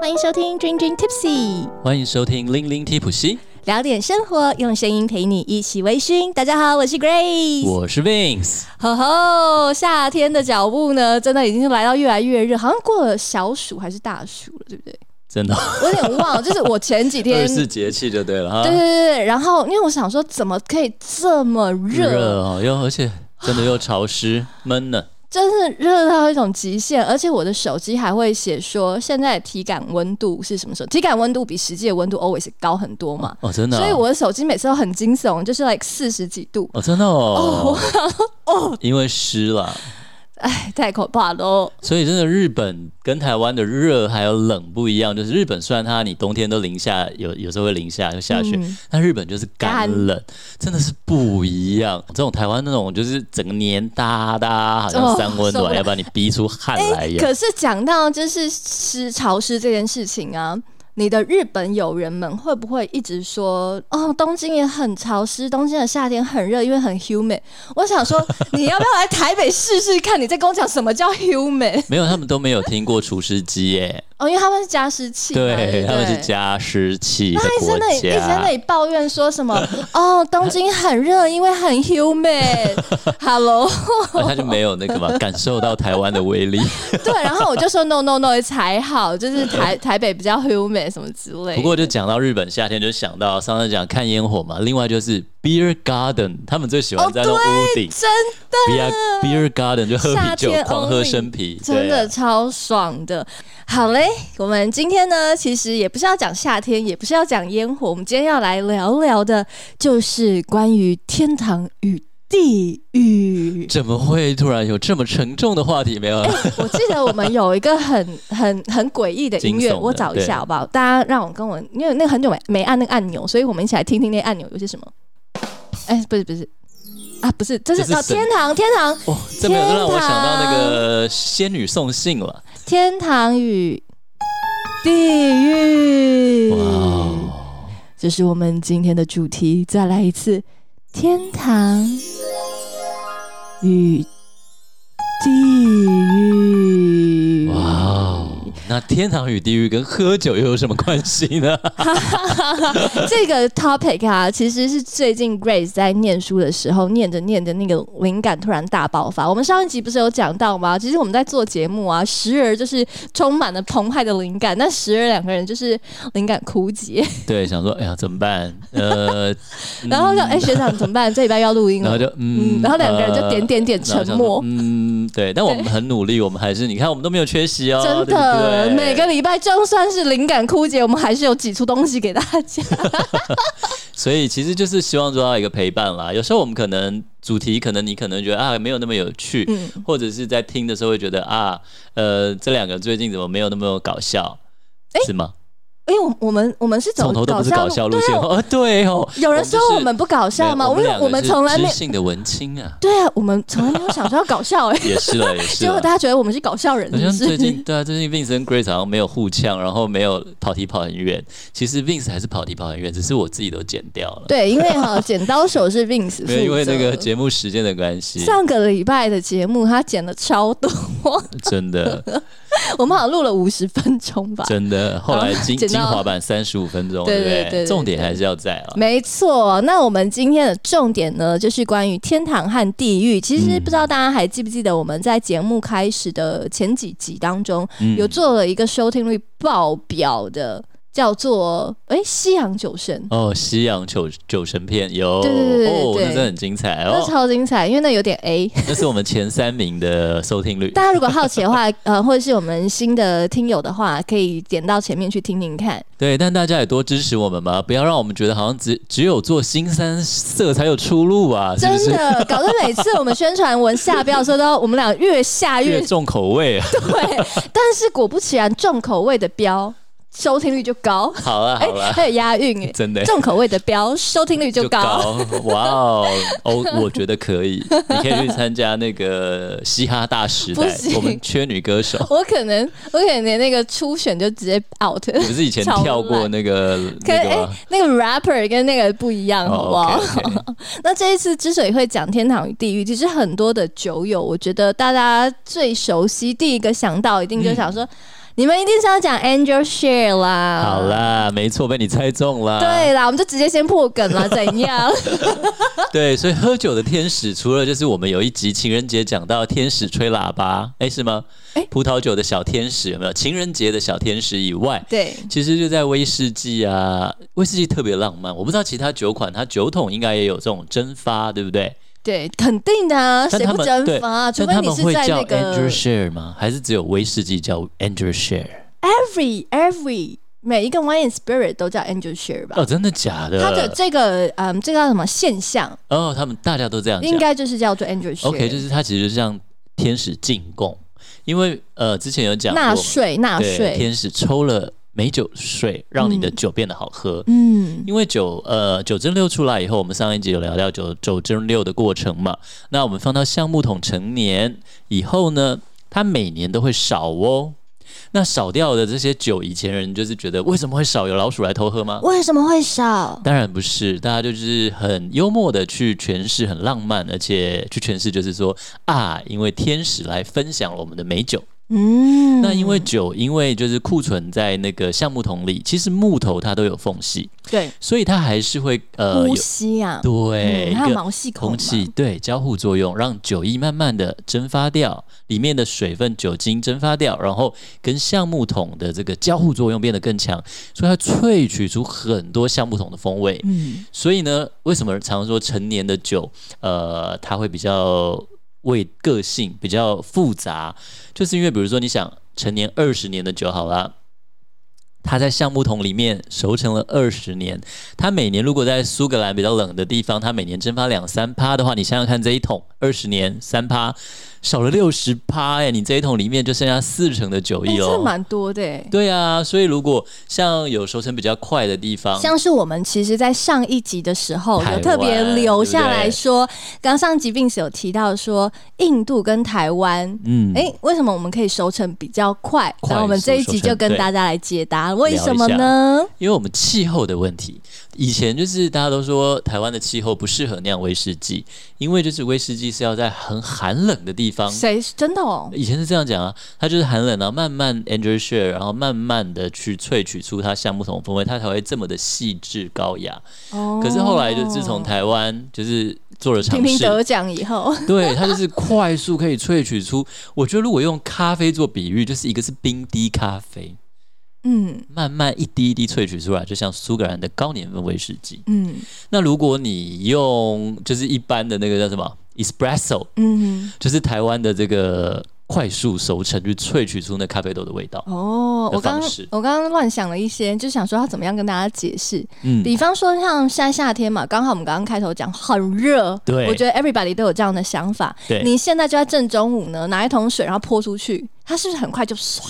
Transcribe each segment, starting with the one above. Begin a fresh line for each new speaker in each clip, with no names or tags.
欢迎收听 Dream Dream Tipsy，
欢迎收听《零零提普西》，
聊点生活，用声音陪你一起微醺。大家好，我是 Grace。
我是 Vince。
吼吼，夏天的脚步呢，真的已经来到越来越热，好像过了小暑还是大暑了，对不对？
真的，
我有点 忘了，就是我前几天
二十。四节气就对了啊哈。
对对对对，然后因为我想说，怎么可以这么热？
热哦，又而且真的又潮湿闷 呢。
真是热到一种极限，而且我的手机还会写说现在的体感温度是什么时候？体感温度比实际的温度 always 高很多嘛，
哦，真的啊。
所以我的手机每次都很惊悚，就是 like 四十几度，
哦，真的哦。哦，因为湿了，
哎，太可怕喽！
所以真的日本跟台湾的热还有冷不一样。就是日本虽然它你冬天都零下，有有时候会零下就下雪，
嗯
但日本就是干
干
冷，真的是不一样。这种台湾那种就是整个黏哒哒，好
哦
像三温
受不
暖，
了
要把你逼出汗来一样。
可是讲到就是湿潮湿这件事情啊，你的日本友人们会不会一直说哦，东京也很潮湿，东京的夏天很热，因为很 humid？我想 说，你要不要来台北试试看？你在跟我讲什么叫 humid？
没有，他们都没有听过除湿机耶。
哦，因为他们是加湿器嘛，对
对，
不
他们是
对。
加湿器的
他一直在
国
那里，一直在那
家。
里抱怨说什 么？哦，东京很热，因为很 humid。Hello，
哦他就没有那个嘛，感受到台湾的 威力。
对，然后我就说 no no no 才好，就是台台北比较 humid 什么之类的。
不过就讲到日本夏天，就想到上次讲看烟火嘛，另外就是 beer garden，他们最喜欢在那种屋顶、
哦真
beer beer garden 就喝
夏
啤酒
天，
狂喝
only
生啤，
真
对
的
啊
超爽的。好嘞，我们今天呢，其实也不是要讲夏天，也不是要讲烟火，我们今天要来聊聊的，就是关于天堂与地狱。
怎么会突然有这么沉重的话题？没有啊，
我记得我们有一个很 很很诡异的音
惊
乐，
悚的
我找一下好不好？大家让我跟我，因为那个很久没没按那个按钮，所以我们一起来听听那个按钮有些什么。哎、不是不是啊，不是，这是
这是
哦，
神
天堂天堂
哦，这没有让我想到那
天哎
个仙女送信了。
天堂与地狱。
哇哦，
这是我们今天的主题，再来一次，天堂与地狱。
哇哦，那天堂与地狱跟喝酒又有什么关系呢？
这个 topic 啊，其实是最近 Grace 在念书的时候，念着念着那个灵感突然大爆发。我们上一集不是有讲到吗？其实我们在做节目啊，时而就是充满了澎湃的灵感，但时而两个人就是灵感枯竭，
对，想说，哎呀，怎么办？ 呃，
然后就
嗯
哎、学长怎么办？这礼拜要录音
然后
了。
就
嗯
嗯，，
然后两个人就
呃
点点点
然后
沉
想
默
说。嗯，对，但我们很努力，我们还是你看，我们都没有缺席哦，
真
对不
的，
对
每个礼拜就算是灵感枯竭，我们还是有挤出东西给大家。
所以其实就是希望做到一个陪伴啦。有时候我们可能主题，可能你可能觉得啊没有那么有趣，
嗯
或者是在听的时候会觉得啊，呃，这两个最近怎么没有那么搞笑，是吗？
因哎为我我们我们是走
从头都不是
搞
搞
笑
笑
路
路线，
对啊
哦，对哦，
有人说我
就是
们不搞笑吗？
没有
我们
我们两个
我们
是
从来没
知性的文青 啊，
对啊，我们从来没有想说要搞笑哎、
也 是了，也是
结果
了
大。家觉得我们是搞笑人，
好像
是不
最
是？
近对啊，最近 Vince 跟 Grace 好像没有互呛，然后没有跑题跑很远。其实 Vince 还是跑题跑很远，只是我自己都剪掉了。
对，因为哈，剪刀手是 Vince 负责
没有，因为那个节目时间的关系，
上个礼拜的节目，他剪了超多，
真的
我们好像录了五十分钟吧。
真的。后来精
剪
精
到
华版三十五分钟，
对
不
对对对对
重点还是要在啊。
没错，那我们今天的重点呢，就是关于天堂和地狱。其实
嗯
不知道大家还记不记得，我们在节目开始的前几集当中，
嗯
有做了一个收听率爆表的，叫做“哎西洋酒神”。
哦，西洋九九神片有
对对对对
哦，
对
那真的很精彩
那
哦。
超精彩，因为那有点 A。
那是我们前三名的收听率。
大家如果好奇的 话，呃，或者是我们新的听友的话，可以点到前面去听听看。
对，但大家也多支持我们吧，不要让我们觉得好像只只有做新三色才有出路啊，是不
真
是？
的，搞得每次我们宣传文下标的时候，都我们俩越下越
越重口味啊。
对，但是果不其然，重口味的标收听率就高，
好了
哎、
好了，
还有押韵 哎、
真的
重口味的标收听率就高，
哇哦哦，我觉得可以，你可以去参加那个嘻哈大时
不
代
行，
我们缺女歌手。
我可能我可能连那个初选就直接 out。
你不是以前
超
跳过
烂
那个
可
那
哎、
个吗？
那个 rapper 跟那个不一样，好不好
哦，OK，OK
那这一次之所以会讲天堂与地狱，其实
嗯
很多的酒友，我觉得大家最熟悉，第一个想到一定就想说。你们一定是要讲 Angel Share 啦。
好。啦，没错，被你猜中了。
对啦，我们就直接先破梗了，怎 样？
对，所以喝酒的天使，除了就是我们有一集情人节讲到天使吹喇叭，哎，是吗？
诶
葡萄酒的小天使有没有？情人节的小天使以外，
对，
其实就在威士忌啊，威士忌特别浪漫。我不知道其他酒款，它酒桶应该也有这种蒸发，对不对？
对，肯定的啊，
但
谁
他
不
们
蒸
对
发啊？除非
但他
你
们
是
会
在
叫
那个
Andrew Share 吗？还是只有威士忌叫 Andrew Share？
every every 每一个 wine and spirit 都叫 Angel Share 吧
哦，？真的假的？
它的这个嗯，这个叫什么现象，
哦，他们大家都这样讲
应。该就是叫做 Angel Share。
OK，就是它其实就像天使进贡，因为呃之前有讲过嘛
纳税，纳
对，
税。
天使抽了美酒税，让你的酒变得好喝。
嗯，
因为酒，呃，九蒸馏出来以后，我们上一集有聊到九九蒸馏的过程嘛。那我们放到橡木桶成年以后呢，它每年都会少哦。那少掉的这些酒，以前人就是觉得为什么会少？有老鼠来偷喝吗？
为什么会少？
当然不是，大家就是很幽默的去诠释，很浪漫，而且去诠释就是说啊，因为天使来分享了我们的美酒。
嗯，
那因为酒，因为就是库存在那个橡木桶里，其实木头它都有缝隙，
对
所以它还是会呃
呼
有
吸啊，
对、
嗯它
一
有
个
毛细孔嘛
空气对交互作用，让酒液慢慢的蒸发掉，里面的水分酒精蒸发掉，然后跟橡木桶的这个交互作用变得更强，所以它萃取出很多橡木桶的风味。
嗯，
所以呢，为什么常说成年的酒，呃，它会比较为个性比较复杂，就是因为比如说你想成年二十年的酒好了。它在橡木桶里面熟成了二十年，它每年如果在苏格兰比较冷的地方，它每年蒸发两三趴的话，你想想看，这一桶二十年三趴，少了六十趴，哎、你这一桶里面就剩下四成的酒
哎
液
真的
哦。
蛮多的欸。
对啊，所以如果像有熟成比较快的地方，
像是我们其实，在上一集的时候有
台湾
特别留下
对不
来
对
说，刚上集并是有提到说，印度跟台湾，
嗯，
哎、为什么我们可以熟成比较快？
快速
然后我们这一集
熟成
就跟
对
大家来解答为什么呢？
因为我们气候的问题，以前就是大家都说台湾的气候不适合酿威士忌，因为就是威士忌是要在很寒冷的地方。
谁真的哦？
以前是这样讲啊，它就是寒冷，然后慢慢 Andrew Share，然后慢慢的去萃取出它橡木桶的风味，它才会这么的细致高雅。
哦
可是后来就自从台湾就是做了尝
频频
试，
得奖以后，
对，它就是快速可以萃取出。我觉得如果用咖啡做比喻，就是一个是冰滴咖啡，
嗯
慢慢一滴一滴萃取出来，就像苏格兰的高年份威士忌。
嗯
那如果你用就是一般的那个叫什么 espresso，
嗯，
就是台湾的这个快速熟成去萃取出那咖啡豆的味道，
哦，
的
我刚
方式
我刚刚乱想了一些，就想说要怎么样跟大家解释。
嗯，
比方说，像现在夏天嘛，刚好我们刚刚开头讲很热，
对
我觉得 everybody 都有这样的想法。
对
你现在就在正中午呢，拿一桶水然后泼出去，它是不是很快就唰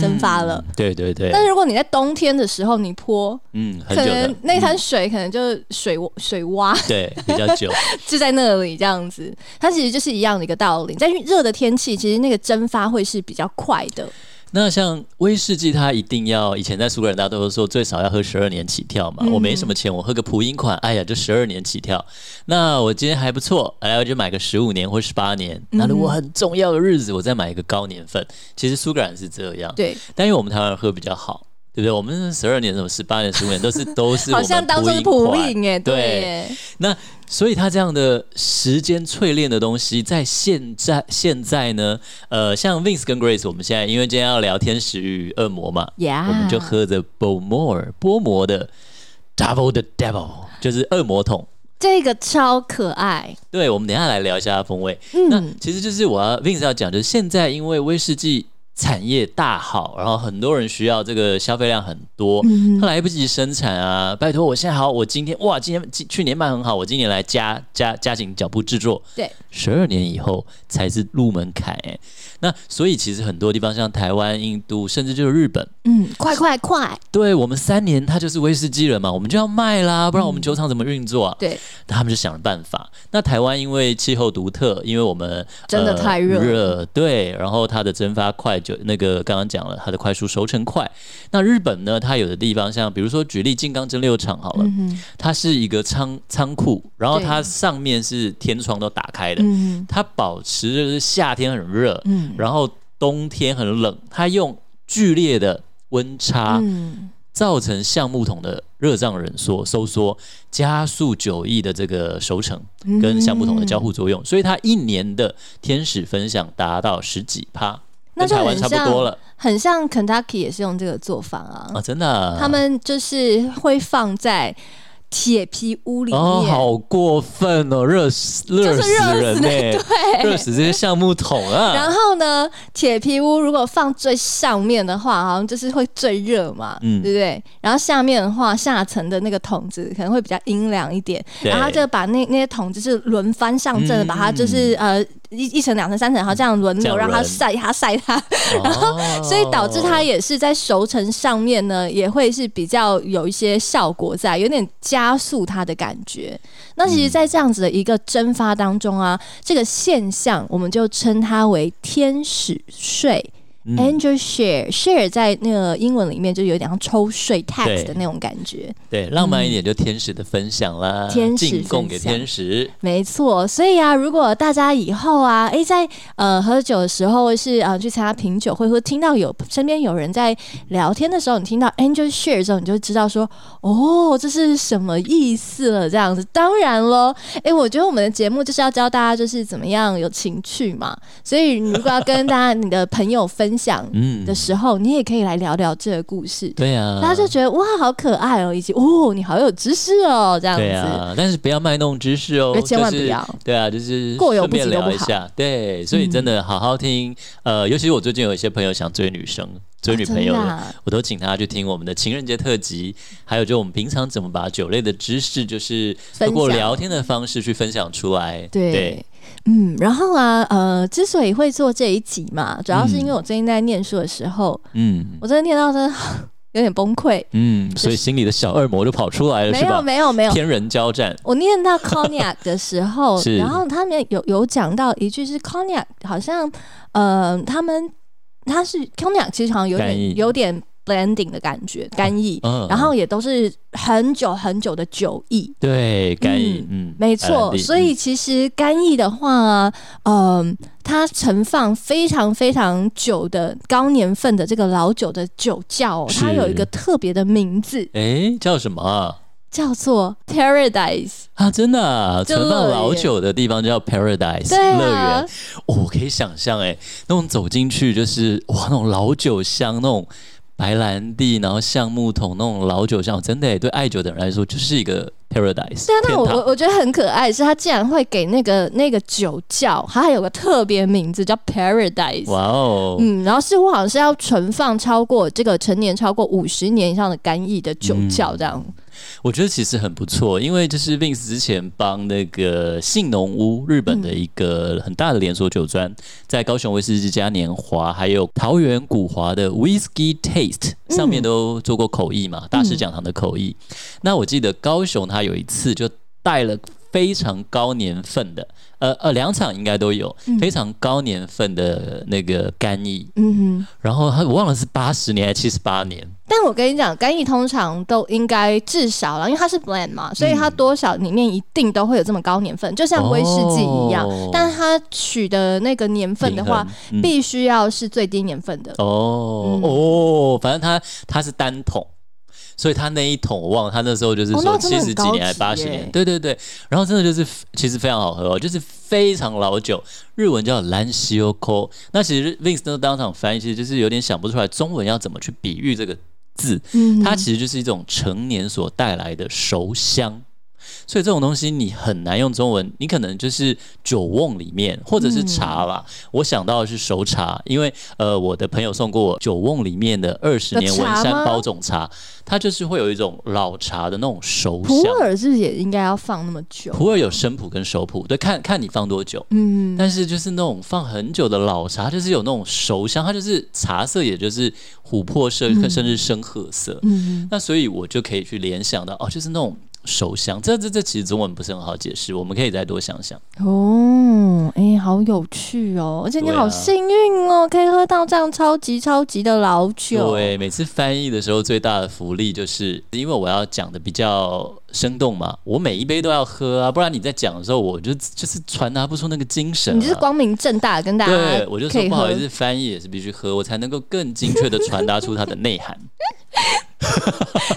蒸发了？
嗯对对对，
但是如果你在冬天的时候你泼，
嗯，很
可
久的
能，那滩水可能就是水水洼
对，比较久，
就在那里这样子，它其实就是一样的一个道理。在热的天气，其实那个蒸发会是比较快的。
那像威士忌，它一定要以前在苏格兰大家都说最少要喝十二年起跳嘛。
嗯
我没什么钱，我喝个普饮款，哎呀，就十二年起跳。那我今天还不错，哎，我就买个十五年或十八年。
嗯
那如果很重要的日子，我再买一个高年份。其实苏格兰是这样，
对，
但因为我们台湾人喝比较好，对不对？我们十二年、什么十八年、十五年都是 都是我
好
们
像当做是普
普饮款，
饮哎，
对
对耶，
所以它这样的时间淬炼的东西，在现在现在呢，呃，像 Vince 跟 Grace，我们现在因为今天要聊天使与恶魔嘛，
呀，
我们就喝着 Bowmore 波摩的 Double the Devil，就是恶魔桶。
这个超可爱，
对，我们等一下来聊一下它风味。那
嗯，
其实就是我要 Vince 要讲，就是现在因为威士忌产业大好，然后很多人需要这个消费量很多，
嗯
他来不及生产啊。拜托，我现在好，我今天哇，今天今去年卖很好，我今年来加加加紧脚步制作，
对，
十二年以后才是入门槛哎、那所以其实很多地方像台湾、印度，甚至就是日本，
嗯，快快快！
对我们三年它就是威士忌了嘛，我们就要卖啦，不然我们酒厂怎么运作啊？
对，
他们就想了办法。那台湾因为气候独特，因为我们
真的太热
呃热对，然后它的蒸发快就那个刚刚讲了，它的快速熟成快。那日本呢，它有的地方像比如说举例静冈蒸馏厂好了，
嗯
它是一个仓仓库，然后
对
它上面是天窗都打开的，
嗯
它保持就是夏天很热，
嗯，
然后冬天很冷，它用。剧烈的温差，
嗯，
造成橡木桶的热胀冷缩收缩，加速酒液的这个熟成跟橡木桶
嗯
的交互作用，所以它一年的天使分享达到十几趴，
那
跟
就
台湾
很
差不多
像，
了
很像 Kentucky 也是用这个做法啊。
啊！真的啊，
他们就是会放在铁皮屋里面，
哦，好过分哦，热死热死 人呢、
对，
热死这些橡木桶啊！
然后呢，铁皮屋如果放最上面的话，好像就是会最热嘛，
嗯
对不对？然后下面的话，下层的那个桶子可能会比较阴凉一点，
对
然后就把那那些桶就是轮番上阵的，
嗯
把它就是呃一一层、两层、三层，然后这样轮
这
流
样
让它
轮
晒它晒它，
然哦
所以导致它也是在熟成上面呢，也会是比较有一些效果在，有点加速它的感觉。那其实，
嗯
在这样子的一个蒸发当中啊，这个现象我们就称它为天使税
嗯
（angel share）。share 在那个英文里面就有点像抽税 tax
对
的那种感觉。
对浪漫一点就天使的分享
嗯
啦，
天使
进贡给
分享
天使，
没错，所以啊，如果大家以后啊，诶，在呃喝酒的时候是啊、呃去参加品酒会，或听到有呃身边有人在聊天的时候，你听到 angel share 之后，你就知道说，哦，这是什么意思了，这样子。当然喽，诶，我觉得我们的节目就是要教大家就是怎么样有情趣嘛，所以你如果要跟大家你的朋友分享
嗯
的，时候，你也可以来聊聊这个故事。
对啊，
大家就觉得哇，好可爱哦，以及哦，你好有知识哦，这样
对
子。
啊，但是不要卖弄知识哦
那，千万
就是
不要
对啊，就是
过犹
顺
不及
便
都不
聊一
好嗯
下，对，所以真的好好听。呃，尤其是我最近有一些朋友想追女生、追女朋友的，
啊真的啊
我都请他去听我们的情人节特辑，还有就我们平常怎么把酒类的知识，就是
分
通过
享
聊天的方式去分享出来。
对，
对
嗯，然后啊，呃，之所以会做这一集嘛，主要是因为我最近在念书的时候，
嗯
我真的念到真的 有点崩溃。
嗯，所以心里的小恶魔就跑出来了，
没
呃是
有，
吧？
没有，没有。
天人交战，
我念到 cognac 的时候，
是
然后他们有有讲到一句是 cognac，好像呃，他们他是 cognac，其实好像有
干
点
邑
有点 blending 的感觉，干邑，
嗯，
然后也都是很久很久的酒意，
对干饮，嗯，
没
白兰
错，
地
所以其实干邑的话啊，嗯、它盛放非常非常久的高年份的这个老酒的酒窖哦、
是
它有一个特别的名字，
嗯诶叫什么啊？
叫做 Paradise。
啊，真的、啊，
就
存放
乐
老
园
酒的地方叫 Paradise
对
乐园、
啊，
哦我可以想象，哎，那种走进去就是哇，那种老酒香，那种白兰地，然后橡木桶那种老酒香，真的诶欸对爱酒的人来说就是一个 Paradise
对啊，那
天
我
堂。
我我觉得很可爱，是它竟然会给那个那个酒窖，它还有个特别名字叫 Paradise。
哇哦，
嗯，然后似乎好像是要存放超过这个成年超过五十年以上的干邑的酒
嗯
窖这样。
我觉得其实很不错，因为就是 Vince 之前帮那个信浓屋日本的一个很大的连锁酒庄，在高雄威士忌嘉年华，还有桃园古华的 Whisky Taste 上面都做过口译嘛，
嗯
大师讲堂的口译。那我记得高雄他有一次就带了非常高年份的，呃呃，两场应该都有非常高年份的那个干邑，
嗯哼。
然后他我忘了是八十年还是七十八年，
但我跟你讲，干邑通常都应该至少啦，因为它是 blend 嘛，所以它
嗯
多少里面一定都会有这么高年份，就像威士忌一样。
哦
但它取的那个年份的话
平，衡嗯
必须要是最低年份的。嗯
哦、哦，反正他他是单桶，所以他那一桶我忘了，他那时候就是
哦
说
那真的
七
很
十几
高
年还
级
八十年，
耶
对对对，然后真的就是其实非常好喝哦，就是非常老酒，日文叫兰西欧 o 那其实 Vince 那时候当场翻译，其实就是有点想不出来中文要怎么去比喻这个字，
嗯，
它其实就是一种成年所带来的熟香。所以这种东西你很难用中文，你可能就是酒瓮里面，或者是茶啦。
嗯
我想到的是熟茶，因为呃，我的朋友送过我酒瓮里面的二十年
的茶
文山
吗
包种茶，它就是会有一种老茶的那种熟
普
香。
洱是不是也应该要放那么久？
普洱有生普跟熟普，对，看看你放多久。
嗯，
但是就是那种放很久的老茶，就是有那种熟香，它就是茶色，也就是琥珀色，甚至深褐色。
嗯，
那所以我就可以去联想到，哦，就是那种手相，这这这其实中文不是很好解释，我们可以再多想想。
哦，哎、好有趣哦！而且你
对啊
好幸运哦，可以喝到这样超级超级的老酒。
对，啊每次翻译的时候最大的福利就是，因为我要讲的比较生动嘛，我每一杯都要喝啊，不然你在讲的时候，我就就是传达不出那个精神、啊。
你就是光明正大地跟大家
对，我就
可
说
以
不好意
喝
思，翻译也是必须喝，我才能够更精确的传达出它的内 涵。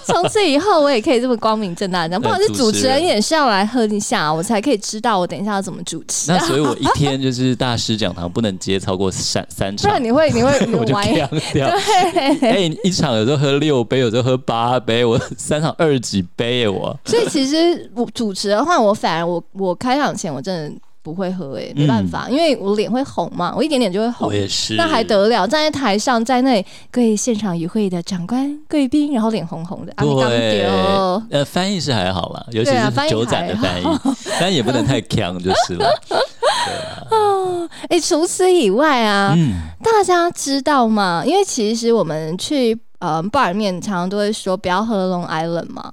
从此以后我也可以这么光明正大的讲，不
对
好意思，主
主持
持人
人
也是要来喝一下啊，我才可以知道我等一下要怎么主持
那
啊，
所以我一天就是大师讲堂不能接超过三三
不
场
然，你会你会你
啊 我
会
就
歪
这样掉。
对，啊
哎、一场有时候喝六杯，有时候喝八杯，我三场二十几杯耶，我
所以其实我主持的话，我反而我我开场前我真的不会喝、哎，没办法，因为我脸会红嘛，我一点点就会红
嗯我。也是。
那还得了？站在台上，在那里对现场与会的长官、贵宾，然后脸红红的，啊，你刚
对
丢，，哦
呃，翻译是还好啦，尤其
对啊
是
翻译
九展的翻译，但也不能太强就是了。
哎、除此以外啊，
嗯，
大家知道吗？因为其实我们去呃 bar 里面，常常都会说不要喝 Long Island 嘛。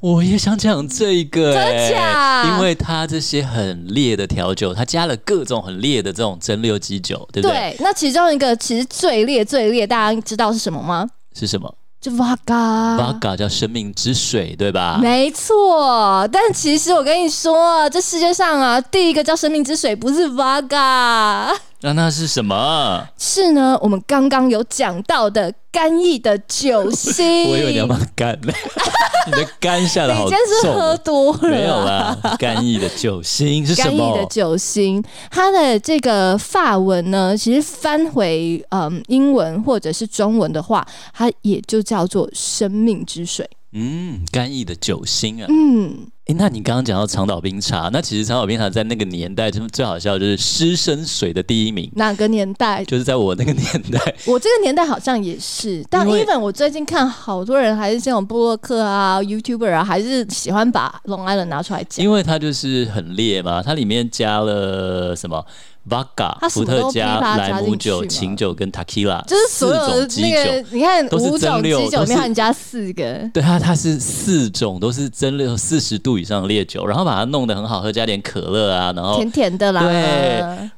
我也想讲这一个、欸，
真假
因为它这些很烈的调酒，它加了各种很烈的这种蒸馏基酒，对不对？
对，那其中一个其实最烈最烈，大家知道是什么吗？
是什么
就 Vodka。
？Vodka 叫生命之水，对
啊
吧？
没错，但其实我跟你说，这世界上啊，第一个叫生命之水不是 Vodka，
那那是什
哎
么？
是呢，我们刚刚有讲到的干邑的酒心。
我以为你要骂干呢， 你的肝下的
你
好
今天是
重
喝
哦。
多了啊，
没 有啦，干邑的酒心是什
干邑的
么？
酒心，它的这个法文呢，其实翻回嗯英文或者是中文的话，它也就叫做生命之水。
嗯，干邑的酒心啊。
嗯，
诶，那你刚刚讲到长岛冰茶，那其实长岛冰茶在那个年代，真的最好笑的就是师生水的第一名，
哪个年代？
就是在我那个 年代，
我这个年代好像也是，但
因为
even 我最近看好多人还是这种布洛克啊、YouTuber 啊，还是喜欢把 Long Island 拿出来讲。
因为它就是很烈嘛，它里面加了什么 vodka、
它什
伏
么都
特
噼
加、
啪加
莱姆
进
酒、
去嘛
琴酒跟 tequila，
就是
四
所有的
种基
那
酒。
个，你看
都是
五种
蒸馏
基酒里面
都是
还加四个，
对它，啊它是四种都是蒸馏四十度以上的烈酒，然后把它弄得很好喝，加点可乐啊，然后
甜甜的啦。
对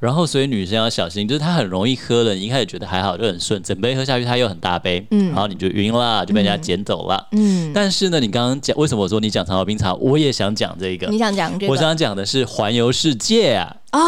然后所以女生要小心，就是她很容易喝了，你一开始觉得还好，就很顺，整杯喝下去她又很大杯，
嗯
然后你就晕啦，就被人家捡走了。
嗯，
但是呢，你刚刚讲为什么我说你讲长岛冰茶，我也想讲这个。
你想讲这
我
个
想讲的是环游世界啊，
哦，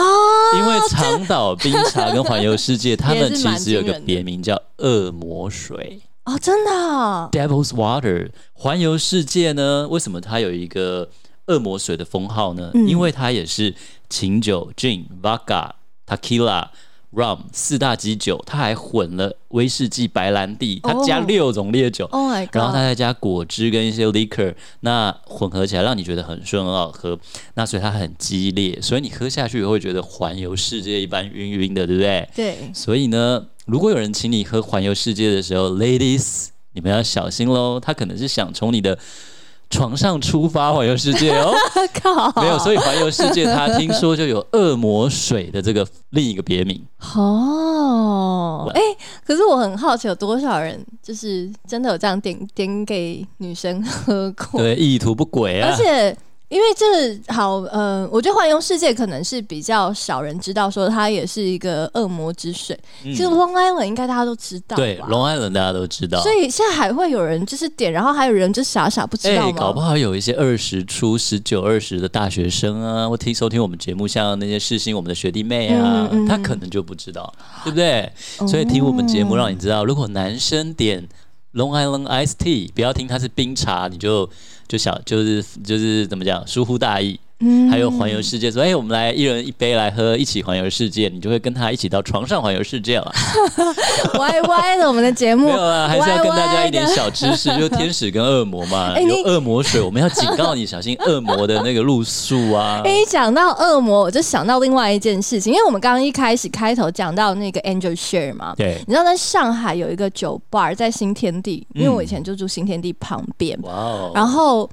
因为长岛冰茶跟环游世界，他
也是
们其
蛮
实有
惊
个
人的
别名叫恶魔水。
哦，真的哦、
Devil's Water 环游世界呢？为什么它有一个恶魔水的封号呢？
嗯
因为它也是琴酒、gin、vodka、tequila、rum 四大基酒，它还混了威士忌、白兰地，它加
哦
六种烈酒。
Oh my god！
然后它再加果汁跟一些 liquor，那混合起来让你觉得很顺很好喝，那所以它很激烈，所以你喝下去也会觉得环游世界一般晕晕的，对不对？
对，
所以呢，如果有人请你喝环游世界的时候，ladies，你们要小心喽，他可能是想从你的床上出发环游世界 哦，
靠，
没有，所以环游世界它听说就有恶魔水的这个另一个 别名，
哦，哎、可是我很好奇，有多少人就是真的有这样点点给女生喝过？
对，意图不轨啊
哦而，且因为这好，呃，我觉得环游世界可能是比较少人知道，说它也是一个恶魔之水。
嗯
其实 Long Island 应该大家都知道吧，
对，龙爱人大家都知道
所。以现在还会有人就是点，然后还有人就傻傻不知
哎、
道吗？
搞不好有一些二十出、十九、二十的大学生啊，或听收听我们节目，像那些世新我们的学弟妹啊，
嗯嗯嗯哦
他可能就不知道，对不对？所以听我们节目，让你知道，如果男生点 Long Island Ice Tea，不要听它是冰茶，你就就想就是就是怎么讲，疏忽大意。
嗯
还有环游世界，说哎、我们来一人一杯来喝，一起环游世界，你就会跟他一起到床上环游世界了。
歪歪的我们的节目
没有啦，还是要跟大家一点
歪歪的
小知识，就是天使跟恶魔嘛，
哎你
有恶魔水，我们要警告你小心恶魔的那个路数啊。
哎，一讲到恶魔，我就想到另外一件事情，因为我们刚刚一开始开头讲到那个 Angel Share 嘛，
对，
你知道在上海有一个酒吧在新天地，因为
嗯
我以前就住新天地旁边，
哇哦，
然后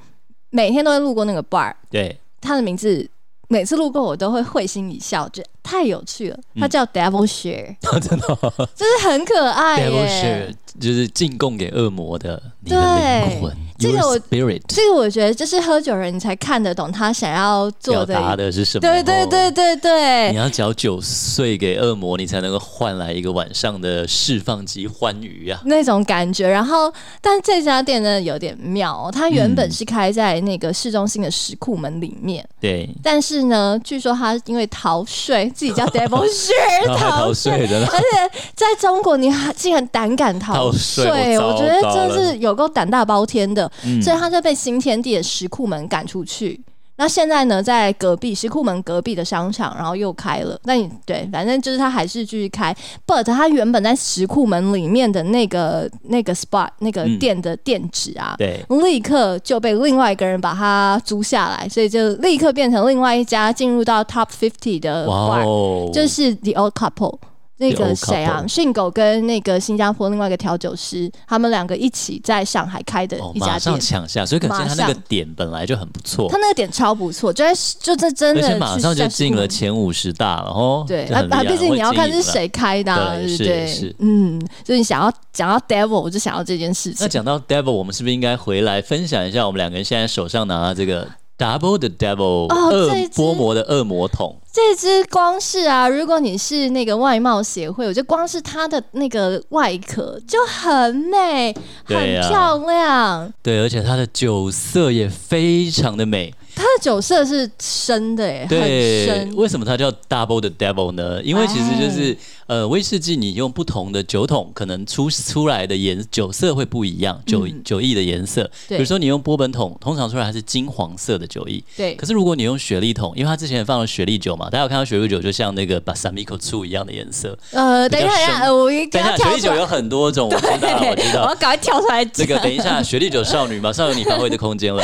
每天都会路过那个 bar，
对，
它的名字每次路过我都会会心一笑，就太有趣了，
嗯
它叫 Devil Share，、
真的哦、
就是很可爱
devil
耶。
share 就是进贡给恶魔的你的灵魂，
这
your
个我
spirit
这个我觉得就是喝酒人你才看得懂他想要
表
做的
达的是哦什么？
对对对对
你
对，
要缴九岁给恶魔，你才能够换来一个晚上的释放及欢愉啊！
那种感觉。然后，但这家店呢有点妙哦、它原本
嗯
是开在那个市中心的石库门里面，
对，
但是呢，据说他因为逃税，自 己叫 Devil
然
Share
后还逃
逃税。
税的，
而且在中国，你还竟然胆敢逃
逃税我
我
糟
觉得
糕
真
了
是有够胆大包天的。
嗯
所以他就被新天地的石库门赶出去。那现在呢，在隔壁石库门隔壁的商场，然后又开了。那你对，反正就是他还是继续开，but 他原本在石库门里面的那个那个 spot 那个
嗯
店的店址啊。
对，
立刻就被另外一个人把它租下来，所以就立刻变成另外一家进入到 Top Fifty 的
哇
bar，、
哦，
就是 The Old Couple 那个
Old
谁啊，
Couple
训狗跟那个新加坡另外一个调酒师，他们两个一起在上海开的
哦，
一家店
马上。抢下，所以可见他那
马
个
上
点本来就很不错
他。那个点超不错，就在就这真
而
的
且马上就
去
进了
Sasha
前五十大了哦，
对，
就
啊
很厉
啊，
害
毕竟你要看是。
会经营了
谁开的、啊，
对
对不
是
对
是？
嗯，所以你想要讲到 devil，我就想要这件事
那
情。
讲到 Devil，我们是不是应该回来分享一下我们两个人现在手上拿的这个 Double 的 Devil
哦
恶
这一支
波魔的恶魔桶？
这只光是啊，如果你是那个外貌协会，我觉得光是它的那个外壳就很美，很
对啊
漂亮。
对，而且它的酒色也非常的美。
它的酒色是深的耶，很
对，
深。
为什么它叫 Double 的 Devil 呢？因为其实就是
哎
呃，威士忌你用不同的酒桶，可能出出来的颜酒色会不一样，酒、酒液的颜色。比
嗯对
如说你用波本桶，通常出来它是金黄色的酒液。
对
可是如果你用雪莉桶，因为它之前放了雪莉酒嘛，大家有看到雪莉酒就像那个把 s a m i c o 醋一样的颜色。
呃，
比
等一
较
下，等一
深
下，呃我一定
等一
要
下，雪
跳
莉
出
酒
来，
有很多种，我知道，我知
我
道
要。赶快跳出来
这
讲。
个等一下，雪莉酒少女马上有你发挥的空 间了。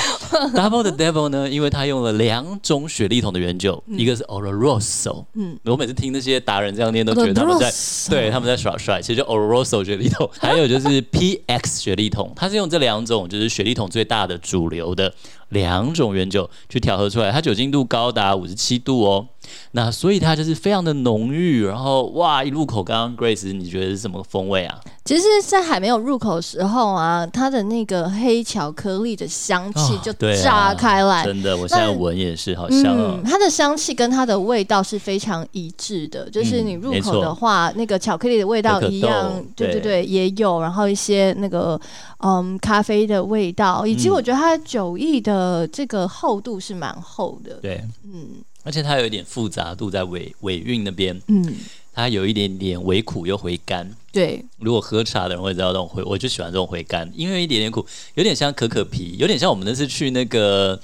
Double 的 Devil 呢，因为它用了两种雪莉桶的原酒，一个是 Oloroso，嗯，我每次听那些达人这样念，都觉得他们在
Oloroso
对他们在耍帅，其实就 Oloroso 雪莉 桶，还有就是 PX 雪莉桶，它是用这两种就是雪莉桶最大的主流的两种原酒去调和出来，它酒精度高达五十七度哦。那所以它就是非常的浓郁，然后哇，一入口，刚刚 Grace 你觉得是什么风味啊？
其实，在还没有入口的时候啊，它的那个黑巧克力的香气
哦
就
对啊
炸开来。
真的，我现在
那
闻也是，好香哦
嗯，。它的香气跟它的味道是非常一致的，就是你入
嗯没
口
错
的话，那个巧克力的味道
可可
一样
豆，
对对
对
对，也有，然后一些那个嗯咖啡的味道，以及
嗯
我觉得它的酒意的这个厚度是蛮厚的，
对，
嗯
而且它有一点复杂度在尾尾韵那边，
嗯，
它有一点点微苦又回甘。
对，
如果喝茶的人会知道这种回，我就喜欢这种回甘，因为有一点点苦，有点像可可皮，有点像我们那次去那个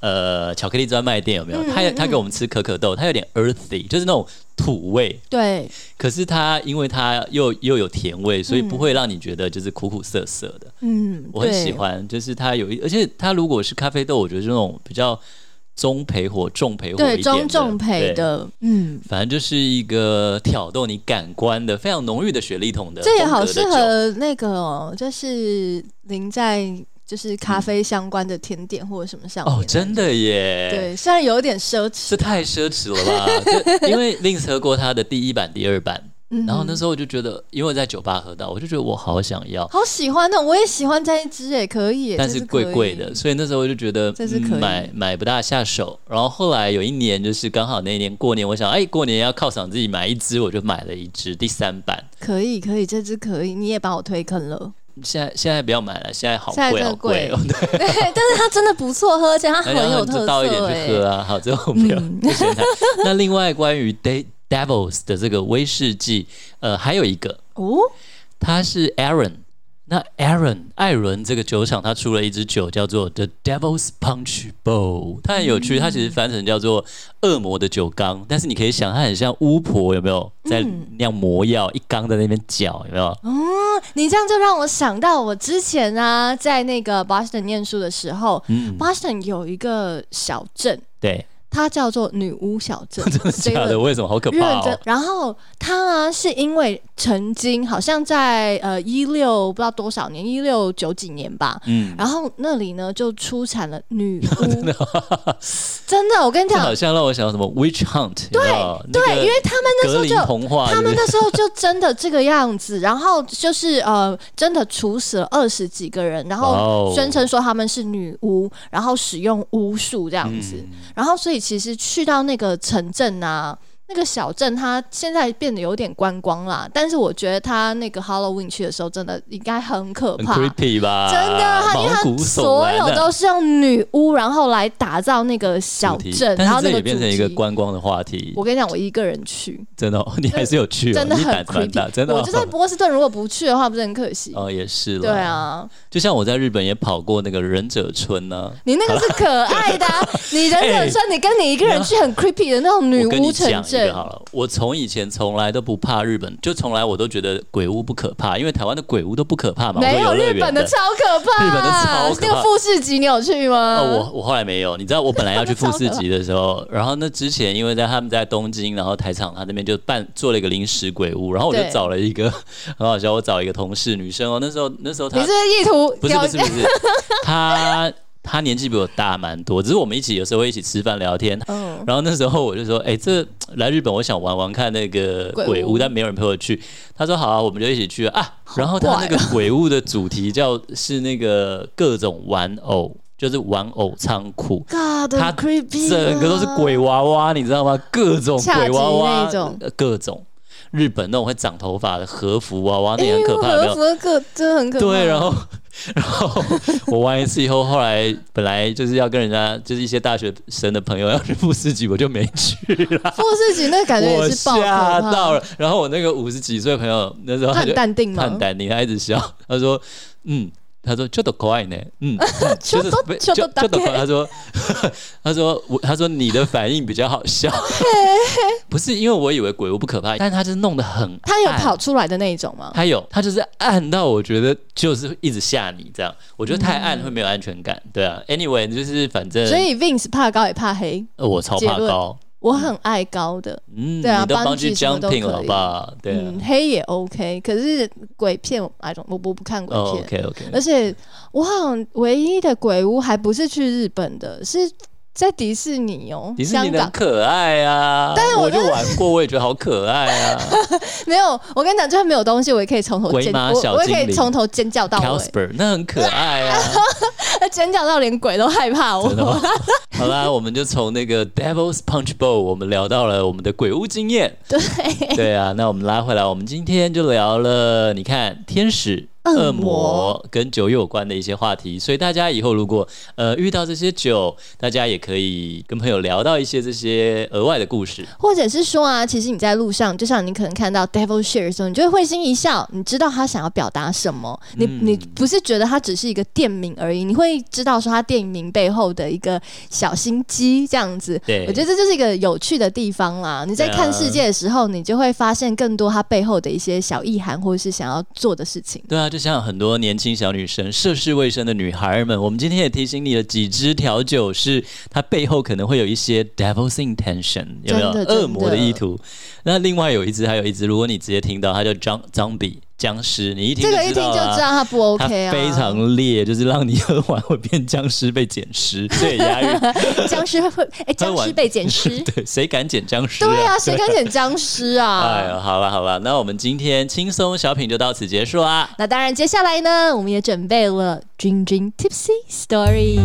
呃巧克力专卖店有没有？
嗯
他
嗯
他给我们吃可可豆，它有点 earthy，就是那种土味，
对，
可是它因为它又又有甜味，所以不会让你觉得就是苦苦涩涩的。
嗯，
我很
对
喜。欢，就是它有一，而且它如果是咖啡豆，我觉得这种比较中焙火、重焙火一
对
点
中
的
重培
对
的，嗯，
反正就是一个挑逗你感官的非常浓郁的雪莉桶的风
这
格
也
的酒，
好适合那个、哦，就是淋在就是咖啡相关的甜点或者什么上面。
嗯哦，真的欸耶，，
对，虽然有点奢侈
这，太奢侈了吧？就因为 Lins 喝过它的第一版、第二 版，
嗯
然后那时候我就觉得，因为我在酒吧喝到，我就觉得我好想要，
好喜欢哦那种，我也喜欢这一支也可以耶，
但
这
是
支
贵
可以
贵的，，所以那时候我就觉得
这是
嗯
可以
买买不大下手。然后后来有一年，就是刚好那一年过年，我想哎，过年要犒赏自己买一支，我就买了一支第三版。
可以可以，这支可以，你也把我推坑 了。
现在现在不要买了，现在好
现在
贵
真
好
的贵
贵 哦。
对，
对，
但是它真的不错喝，而且它很
然后
有
你
特
就倒一点
色嗯
去喝
哎。
啊。好，这后不要 不嫌它那另外关于 Day Devils 的这个威士忌，呃，还有一个
哦，
它是 Aaron。那 Aaron 艾伦这个酒厂，它出了一支酒叫做 The Devil's Punch Bowl，它很有
嗯
趣，它其实翻成叫做恶魔的酒缸，但是你可以想，它很像巫婆有没有在
嗯
酿魔药，一缸在那边搅有没
哦
有？
你这样就让我想到我之前啊，在那个 Boston 念书的时候
嗯，
，Boston 有一个小镇，
对，
它叫做女巫小镇
真的假的？为什么好可
认
怕、
真
哦？，
然后他啊，是因为曾经好像在呃一六不知道多少年，一六九几年吧。
嗯，
然后那里呢就出产了女 巫，真的，真的，我跟你
这
讲
好，像让我想到什么 witch hunt，对
对，因为他们那时
格
候
林
就
童话，
他们
对
那时候就真的这个样子，然后就是呃，真的处死了二十几个人，然
哇
后
哦
宣称说他们是女巫，然后使用巫术这样
不对
子。
嗯
然后所以其实去到那个城镇啊，那个小镇，它现在变得有点观光啦。但是我觉得它那个 Halloween 去的时候，真的应该很可
很
怕。
creepy 吧？
真的，它因为
毛骨
它
悚
所
然
有
啊
都是用女巫，然后来打造那个小
主题
镇，
但
然后
是
那
这
个
也
主
变成一个
题
观光的话题，
我跟你讲，我一个人去，
真的哦，你还是有去哦，
真的
你
很
胆子蛮
creepy
大，真的哦。
我就在波士顿，如果不去的话，不是很可惜？
哦，也 是了。
对，啊，
就像我在日本也跑过那个忍者村呢、
你那个是可爱的、 啊，你忍者村，你跟你一个人去很 creepy 的那种女
我跟
巫
你
城
讲一
镇
个，好了，我从以前从来都不怕日本，就从来我都觉得鬼屋不可怕，因为台湾的鬼屋都不可怕嘛。
没有
我说游乐
日
园
本的超可怕，
日本的超可怕
那个富士吉你有去吗？
哦，我我后来没有，你知道我本来要去富
超可
士
怕
急的 时候，然后那之前因为在他们在东京，然后台场他那边就办做了一个临时鬼屋，然后我就
对
找了一个 很好笑，我找一个同事女生哦，那时候那时候她
你是不是意图
不是不是不 是，她她年纪比我大蛮多，只是我们一起有时候会一起吃饭聊天，
嗯，
然后那时候我就说，哎、这来日本我想玩玩看那个
鬼屋
鬼屋，但没有人陪我去。他说好啊，我们就一起去啊。啊然后他那个鬼屋的主题叫是那个各种玩偶，就是玩偶仓库。
God
它
creepy，啊
整个都是鬼娃娃，你知道吗？各种鬼娃娃，
恰吉那种
呃各种日本那种会长头发的和服娃娃，那也很可怕，有没
哎和
有？
服可真的很可怕。
对，然后 然后我玩一次以后，后来本来就是要跟人家就是一些大学生的朋友要去富士急，我就没去了。
富士吉那个 感觉
我
也是爆可
吓
怕，
到了，然后我那个五十几岁朋友那时候
他
他就
很淡定
他
吗
很？淡定，他一直笑，他说嗯。他说：“ちょっと怖いね， 嗯，嗯
ちょ
就
っ
是
と
被
ちょ
就
っとだけ
就的怖い。”他说：“他说我，他说你的反应比较好笑， 不是因为我以为鬼屋不可怕，但是他就是弄得很
他有
暗
跑出来的那一种吗？
他有，他就是暗到我觉得就是一直吓你这样，我觉得太暗会没有安全感，对啊。Anyway，就是反正
嗯所以 Vince 怕高也怕黑，
呃我超
结
怕
论
高，
我很爱高的，
嗯，
对啊
你都帮去
，bungee 什么都
jumping
可
了
以
吧？对啊
嗯，黑也 OK，可是鬼片我 I don't，我不不看鬼
哦
片。
，OK OK，
而且我好像唯一的鬼屋还不是去日本的，是在迪士尼哦，
迪士尼
香
的
港
很可爱啊，
但是我
我就玩过，我也觉得好可爱啊。
没有。我跟你讲，就算没有东西，我也可以从头
鬼
尖，
马
我
小
我也可
精
以
灵
从头尖 叫到
c a l
尾
s，p e r 那很可爱啊，
尖叫到连鬼都害怕我
真。的吗。 好啦，我们就从那个 Devil's Punch Bowl，我们聊到了我们的鬼屋经验。
对，
对啊，那我们拉回来，我们今天就聊了，你看天使、
恶魔
恶魔跟酒有关的一些话题，所以大家以后如果呃遇到这些酒，大家也可以跟朋友聊到一些这些额外的故事。
或者是说啊，其实你在路上，就像你可能看到 Devil Share 的时候，你就会会心一笑，你知道他想要表达什么。你、
嗯
你不是觉得他只是一个店名而已，你会知道说他店名背后的一个小心机这样子。
对
我觉得这就是一个有趣的地方啦。你在
对啊
看世界的时候，你就会发现更多他背后的一些小意涵，或者是想要做的事情。
对啊，就像很多年轻小女生、涉世未深的女孩们，我们今天也提醒你了，几支调酒是它背后可能会有一些 devil's intention，有没有
真的
恶魔的
真的
意图？那另外有一支，还有一支，如果你直接听到，它叫 z zombie 僵尸，你一听
这个一
就
听
知
就
道啦
知道他不 OK 啊，
它非常烈，就是让你喝完会变 僵尸被捡尸，这也押韵。
僵尸会哎、
喝
僵
完，
尸被捡尸
对，啊谁敢捡僵尸、
对啊，谁敢捡僵尸啊？
哎呦，好了好了，那我们今天轻松小品就到此结束啊啦。
那当然，接下来呢，我们也准备了 Dream Dream Tipsy Story。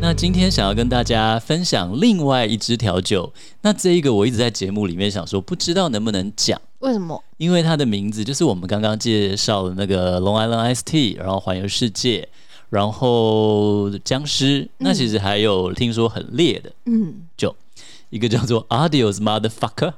那今天想要跟大家分享另外一支调酒，那这一个我一直在节目里面想说，不知道能不能讲。
为什么？
因为它的名字就是我们刚刚介绍的那个 Long Island Ice Tea，然后环游世界，然后僵尸，那其实还有听说很烈的，
嗯，
就一个叫做 Adios Motherfucker，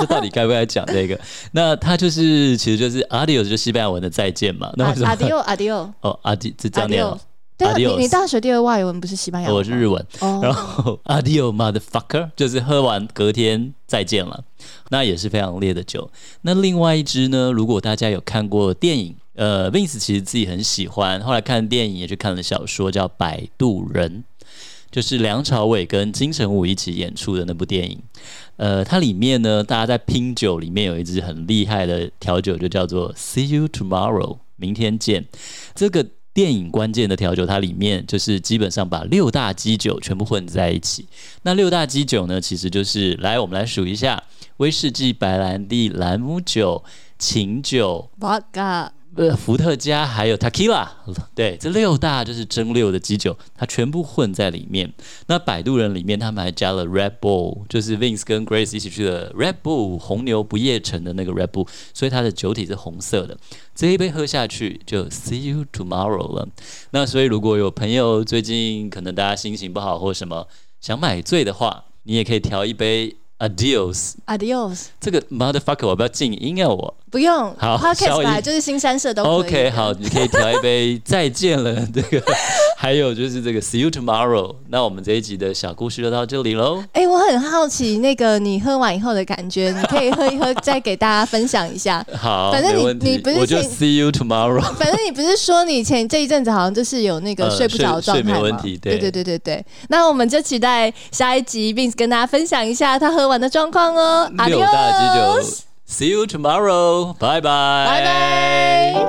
这到底该不该讲这个？那它就是其实就是啊 Adios 就西班牙文的再见嘛，那
啊阿
为什么？
迪奥，阿迪奥，
哦，阿迪是这样念哦。
对啊，你你
Adios
大学第二外文不是西班牙文吗？
我是日文， 然
哦，
后 Adio motherfucker 就是喝完隔天再见了，那也是非常烈的酒。那另外一支呢，如果大家有看过电影，呃，Vince 其实自己很喜欢，后来看电影也去看了小说，叫《摆渡人》，就是梁朝伟跟金城武一起演出的那部电影。呃，它里面呢，大家在拼酒里面有一支很厉害的调酒，就叫做 See You Tomorrow，明天见。这个电影关键的调酒，它里面就是基本上把六大基酒全部混在一起。那六大基酒呢，其实就是来我们来数一下：威士忌、白兰地、兰姆酒、琴酒、
八嘎，
呃伏特加，还有 tequila。对， 这六大就是蒸馏的基酒，它全部混在里面。那摆渡人里面，他们还加了 Red Bull，就是 Vince 跟 Grace 一起去的 Red Bull 红牛不夜城的那个 Red Bull，所以它的酒体是红色的。这一杯喝下去就 See you tomorrow 了。那所以如果有朋友最近可能大家心情不好或什么想买醉的话，你也可以调一杯 Adios。
Adios，
这个 motherfucker 我不要静音啊我。
不用。
好
Podcast
小姨
本来就是新三社都可以
OK，好，你可以调一杯再见了。这个还有就是这个 See you tomorrow。那我们这一集的小故事就到这里喽。
哎、我很好奇那个你喝完以后的感觉，你可以喝一喝， 再给大家分享一下。
好，
反正你
没问
你
题
不是，
我就
先
See you tomorrow。
反正你不是说你前这一阵子好像就是有那个
呃
睡不着的状
睡
态吗？
睡眠问题
对
对
对对对对。那我们就期待下一集 Vince 跟大家分享一下他喝完的状况哦。
六大
Adios
基酒，See you tomorrow，拜拜，
拜拜。